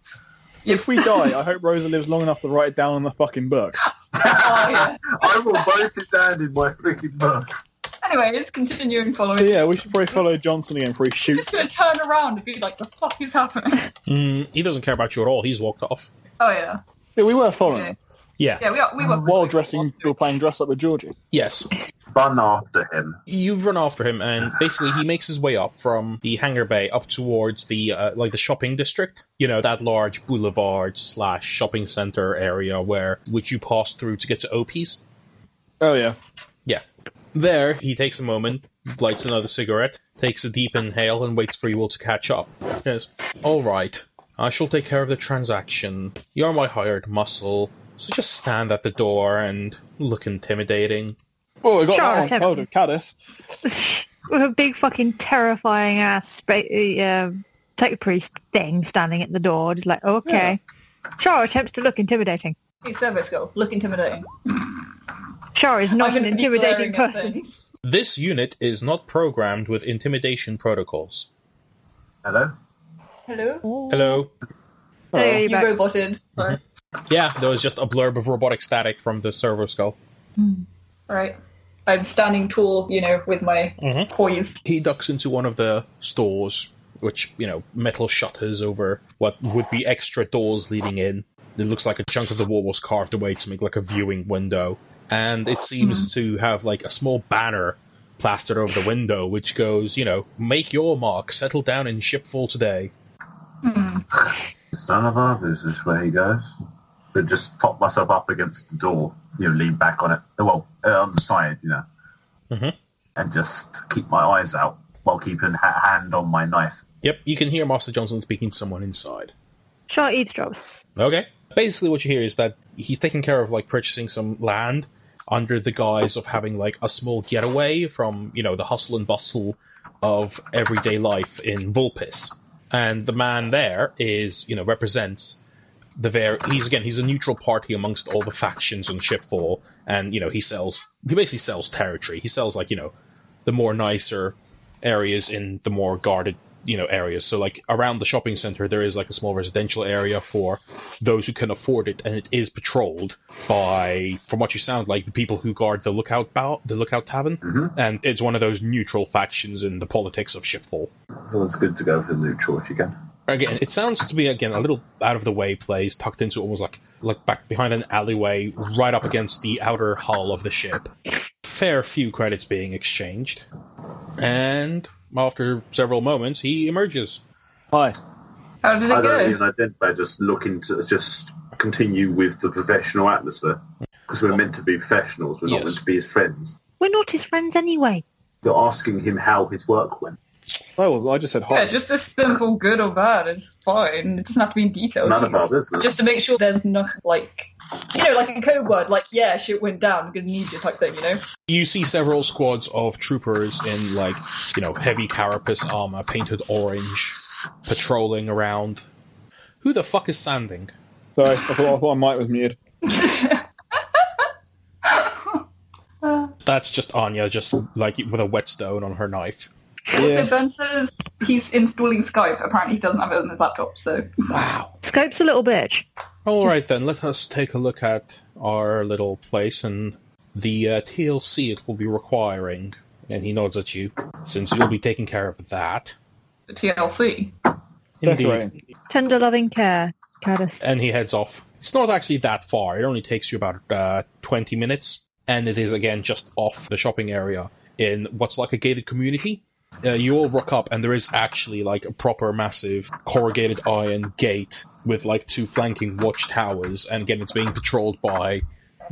If we die, I hope Rosa lives long enough to write it down in the fucking book. oh, yeah. [laughs] I will vote it down in my freaking book. Anyway, it's continuing So following. yeah, we should probably follow Johnson again before he Just shoots. gonna turn around and be like, the fuck is happening? [laughs] Mm, he doesn't care about you at all. He's walked off. Oh yeah. Yeah, we were following Yeah, yeah him. we are, we were While dressing, we were playing dress up with Georgie. Yes. Run after him. You've run after him, and basically he makes his way up from the hangar bay up towards the uh, like the shopping district. You know that large boulevard slash shopping center area where which you pass through to get to Opie's. Oh yeah. Yeah, there he takes a moment, lights another cigarette, takes a deep inhale, and waits for you all to catch up. Yes. All right, I shall take care of the transaction. You're my hired muscle, so just stand at the door and look intimidating. Oh, we got Sure, that one. Kevin. Hold on, Caddis. [laughs] with a big fucking terrifying ass spa- uh, tech priest thing standing at the door, just like, oh, okay. Shar attempts to look intimidating. Hey, servo skull, look intimidating. Shar is I'm not an gonna be intimidating glaring at person. things. This unit is not programmed with intimidation protocols. Hello? Hello? Hello. [laughs] There You you Oh. back. Mm-hmm. roboted. Sorry. Yeah, there was just a blurb of robotic static from the servo skull. Right. I'm standing tall, you know, with my Mm-hmm. poise. He ducks into one of the stores, which, you know, metal shutters over what would be extra doors leading in. It looks like a chunk of the wall was carved away to make like a viewing window. And it seems to have like a small banner plastered over the window, which goes, you know, make your mark, settle down in Shipful today. It's none of our business where he goes. But just pop myself up against the door, you know, lean back on it, well, uh, on the side, you know, Mhm. and just keep my eyes out while keeping ha- hand on my knife. Yep, you can hear Master Johnson speaking to someone inside. Shar eavesdrops. Okay. Basically, what you hear is that he's taking care of like purchasing some land under the guise of having like a small getaway from you know the hustle and bustle of everyday life in Vulpes. And the man there is you know represents the very he's again he's a neutral party amongst all the factions on Shipfall, and you know he sells he basically sells territory. He sells like you know the more nicer areas in the more guarded you know areas so like around the shopping center there is like a small residential area for those who can afford it and it is patrolled by from what you sound like the people who guard the lookout bow, the lookout tavern and it's one of those neutral factions in the politics of shipfall It's always good to go for the neutral if you can. again it sounds to be again a little out of the way place tucked into almost like like back behind an alleyway right up against the outer hull of the ship fair few credits being exchanged and after several moments he emerges Hi. How did I it don't go? even identify, just looking to just continue with the professional atmosphere. Because we're meant to be professionals, we're not Yes. meant to be his friends. We're not his friends anyway. You're asking him how his work went. I was. I just said hi. Yeah, just a simple good or bad is fine. It doesn't have to be in detail. None of our business. Just to make sure there's nothing like, you know, like a code word, like, yeah, shit went down, I'm gonna need you type thing, you know? you see several squads of troopers in like you know heavy carapace armor painted orange patrolling around who the fuck is sanding Sorry, I thought, I thought my mic was muted. that's just anya just like with a whetstone on her knife Also, Yeah. Ben says he's installing Skype. Apparently, he doesn't have it on his laptop, so. Scope's a little bitch. All right then, let us take a look at our little place and the uh, TLC it will be requiring. And he nods at you, since you'll be taking care of that. The TLC. Decorating. Tender loving care, Caddis. And he heads off. It's not actually that far. It only takes you about uh, 20 minutes. And it is again just off the shopping area in what's like a gated community. Uh, you all rock up, and there is actually like a proper massive corrugated iron gate with like two flanking watchtowers, and again, it's being patrolled by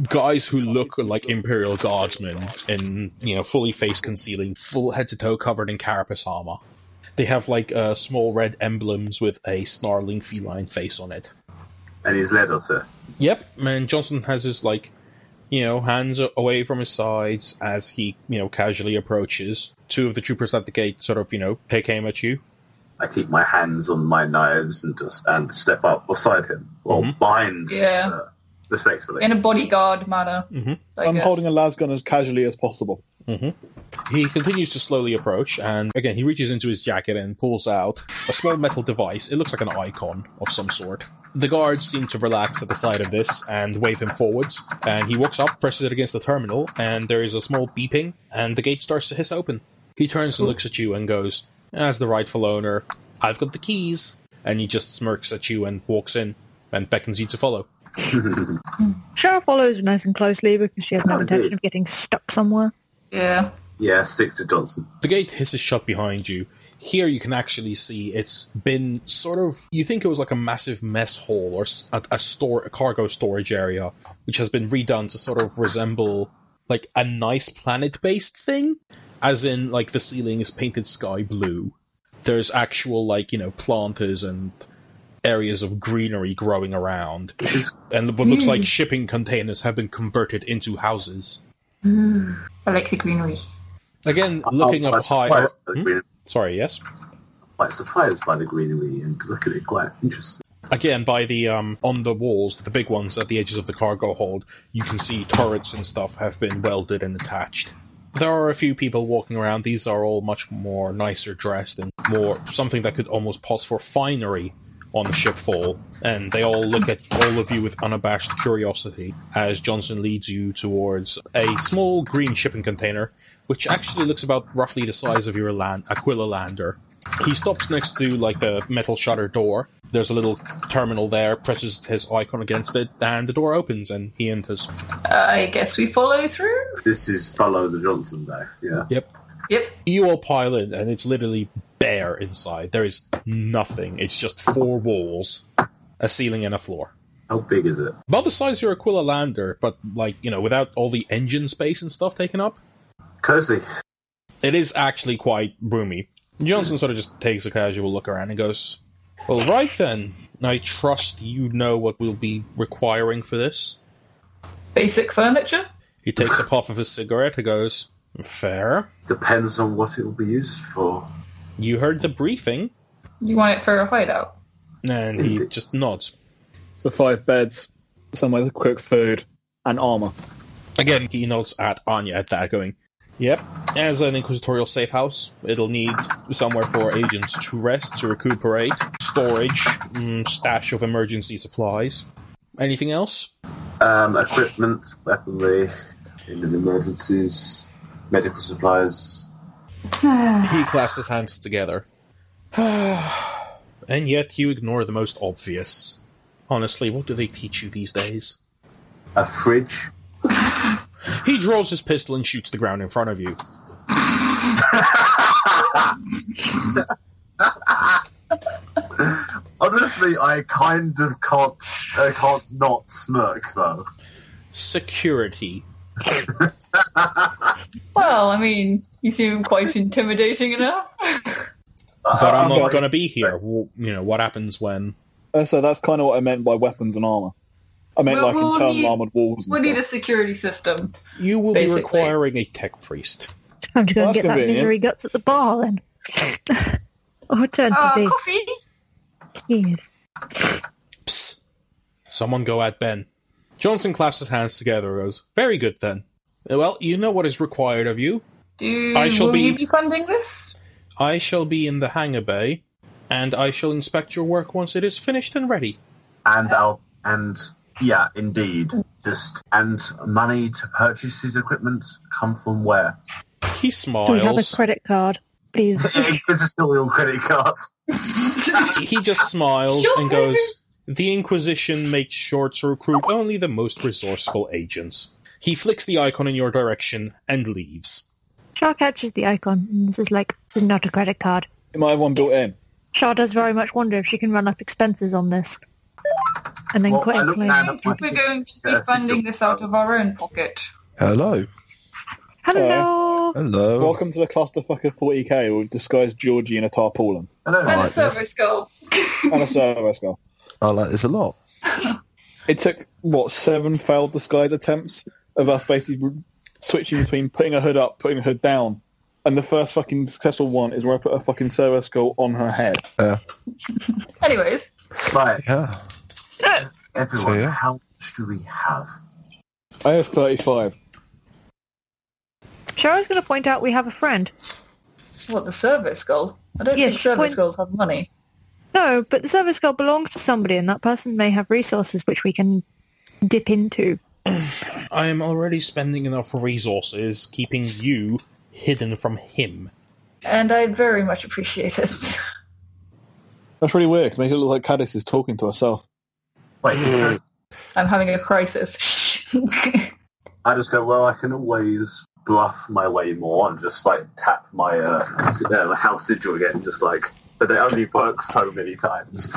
guys who look like imperial guardsmen in you know fully face concealing, full head to toe covered in carapace armor. They have like uh, small red emblems with a snarling feline face on it. and he's led us there. Yep, and Johnson has his like, you know, hands away from his sides as he, you know, casually approaches. Two of the troopers at the gate sort of, you know, pick aim at you. I keep my hands on my knives and just and step up beside him or Mm-hmm. bind Yeah. uh, respectfully. in a bodyguard manner. I Mm-hmm. I'm guess. holding a lasgun as casually as possible. He continues to slowly approach, and again, he reaches into his jacket and pulls out a small metal device. It looks like an icon of some sort. The guards seem to relax at the sight of this and wave him forwards. And he walks up, presses it against the terminal, and there is a small beeping, and the gate starts to hiss open. He turns and looks at you and goes, As the rightful owner, I've got the keys. And he just smirks at you and walks in and beckons you to follow. Shara follows nice and closely because she has no Oh, indeed. intention of getting stuck somewhere. Yeah. yeah, stick to Johnson. The gate hisses shut behind you. Here you can actually see it's been sort of. You think it was like a massive mess hall or s- a, a store, a cargo storage area, which has been redone to sort of resemble like a nice planet-based thing, as in like the ceiling is painted sky blue. There's actual like you know planters and areas of greenery growing around, and what looks like shipping containers have been converted into houses. I like the greenery. Again, looking I'm up high. quite surprised by the Hmm? green- Sorry, yes. Quite surprised by the greenery and look at it quite interesting. again by the um on the walls the big ones at the edges of the cargo hold you can see turrets and stuff have been welded and attached there are a few people walking around these are all much more nicer dressed and more something that could almost pass for finery on the shipfall and they all look at all of you with unabashed curiosity as johnson leads you towards a small green shipping container which actually looks about roughly the size of your land aquila lander he stops next to like the metal shutter door. There's a little terminal there, presses his icon against it, and the door opens and he enters. I guess we follow through. This is follow the Johnson day. Yeah. Yep. Yep. You all pile in and it's literally bare inside. There is nothing. It's just four walls, a ceiling and a floor. How big is it? About the size of your Aquila lander, but like, you know, without all the engine space and stuff taken up. Cozy. It is actually quite roomy. Johnson sort of just takes a casual look around and goes, Well, right then. I trust you know what we'll be requiring for this. Basic furniture. He takes a puff of his cigarette and goes, Fair. Depends on what it will be used for. You heard the briefing. You want it for a hideout. And he just nods. So five beds, somewhere to cook food, and armor. Again, he nods at Anya at that, going, Yep. As an inquisitorial safe house, it'll need somewhere for agents to rest, to recuperate, storage, mm, stash of emergency supplies. Anything else? Um, equipment, weaponry, in emergencies, medical supplies. He claps his hands together. [sighs] and yet you ignore the most obvious. Honestly, what do they teach you these days? A fridge. He draws his pistol and shoots the ground in front of you. Honestly, I kind of can't. I can't not smirk though. Security. Well, I mean, you seem quite intimidating enough. But Uh, I'm I'm not sorry. going to be here. W you know what happens when? Uh, so that's kind of what I meant by weapons and armor. I meant Well, like we'll internal need- armored walls. And We'll need a stuff. security system. You will Basically. be requiring a tech priest. Time to go Well, and get that's that convenient. misery guts at the bar then. [laughs] Oh, Uh, Alternatively, coffee. keys. Psst. Someone go at Ben. Johnson claps his hands together. and Goes very good then. Well, you know what is required of you. Do I shall will be- you be funding this? [laughs] I shall be in the hangar bay, and I shall inspect your work once it is finished and ready. And I'll. And yeah, indeed. Just and money to purchase his equipment come from where? [laughs] He Do we have a smiles. credit card? Please. [laughs] Inquisitorial credit card. he just smiles Sure. and goes, The Inquisition makes sure to recruit only the most resourceful agents. He flicks the icon in your direction and leaves. Char catches the icon and this is like, this is not a credit card. It might have one built in. Char does very much wonder if she can run up expenses on this. And then Well, I looked quickly. down at my- We're going to be Yeah, funding this out of our own pocket. Hello. Hello! Hello. Welcome to the clusterfucker 40k with disguised Georgie in a tarpaulin Hello. And a like this. service goal. and a servo skull. I like this a lot. It took what seven failed disguise attempts of us basically switching between putting a hood up, putting a hood down, and the first fucking successful one is where I put a fucking servo skull on her head. Anyways, Right, Yeah. everyone, So, yeah. how much do we have? I have 35. Char's going to point out we have a friend. what the service goal? I don't Yes, think service when- goals have money. No, but the service goal belongs to somebody and that person may have resources which we can dip into. I am already spending enough resources keeping you hidden from him. And I very much appreciate it. [laughs] That's really weird. 'cause It makes it look like Caddis is talking to herself. Wait, I'm having a crisis. [laughs] I just go, well, I can always bluff my way more and just like tap my uh, uh, house sigil again, just like, but it only works so many times.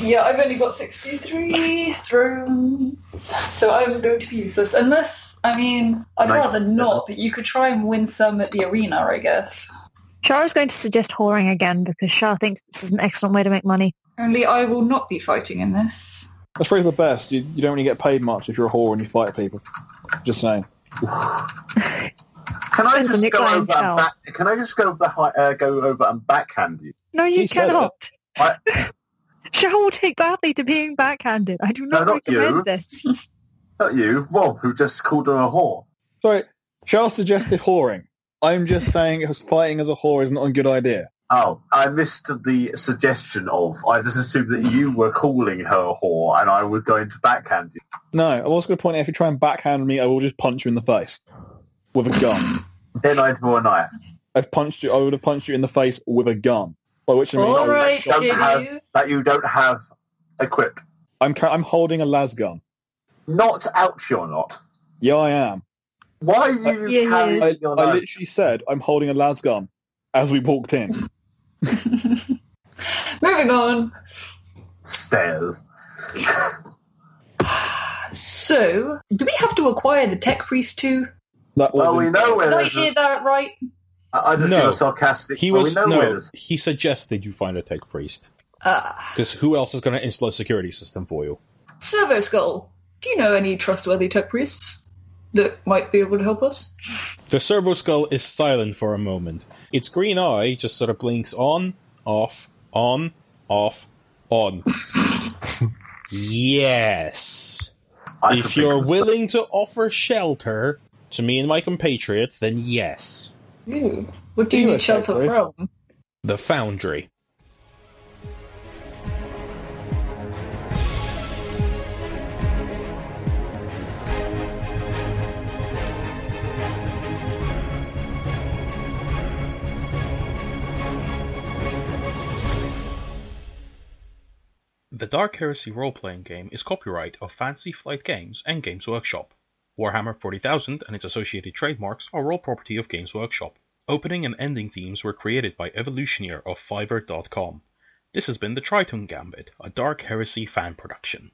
yeah, I've only got 63 thrones, so I'm going to be useless. Unless, I mean, I'd Like- rather not, but you could try and win some at the arena, I guess. Char's going to suggest whoring again because Char thinks this is an excellent way to make money. Only I will not be fighting in this. That's probably the best. You, you don't really get paid much if you're a whore and you fight people. Just saying. Can I Depends on your just go over and clientele. back? Can I just go back, uh, go over and backhand you? No, She you said cannot. [laughs] What? Char will take badly to being backhanded. I do not No, not recommend you. this. Not you, Rob, who just called her a whore. Sorry, Charles suggested whoring. I'm just saying it was fighting as a whore is not a good idea. Oh, I missed the suggestion of. I just assumed that you were calling her a whore, and I was going to backhand you. No, I'm also going to point out if you try and backhand me, I will just punch you in the face with a gun. Then I draw a knife. I've punched you. I would have punched you in the face with a gun. By which I mean, All I right, was shot. don't have- kiddies. That you don't have equipped. I'm ca- I'm holding a las gun. Not out, you're not. Yeah, I am. Why are you Uh, Yeah, yeah. carrying I, your I knife? literally said I'm holding a las gun as we walked in. Moving on. Stairs. So, do we have to acquire the tech priest too? That was Well, we know where Did I there's hear Uh-huh. a, that right? I I just No. feel sarcastic. He Well, was we know where no. there's- He suggested you find a tech priest Uh, because who else is going to install a security system for you? Servo Skull, do you know any trustworthy tech priests that might be able to help us? The servo skull is silent for a moment. Its green eye just sort of blinks on, off, on, off, on. yes. I could if be you're concerned. willing to offer shelter to me and my compatriots, then yes. Ew. What do you Ew, need tech shelter priest. from? The Foundry. The Dark Heresy role playing game is copyright of Fancy Flight Games and Games Workshop. Warhammer 40,000 and its associated trademarks are all property of Games Workshop. Opening and ending themes were created by Evolutioneer of Fiverr.com. This has been the Triton Gambit, a Dark Heresy fan production.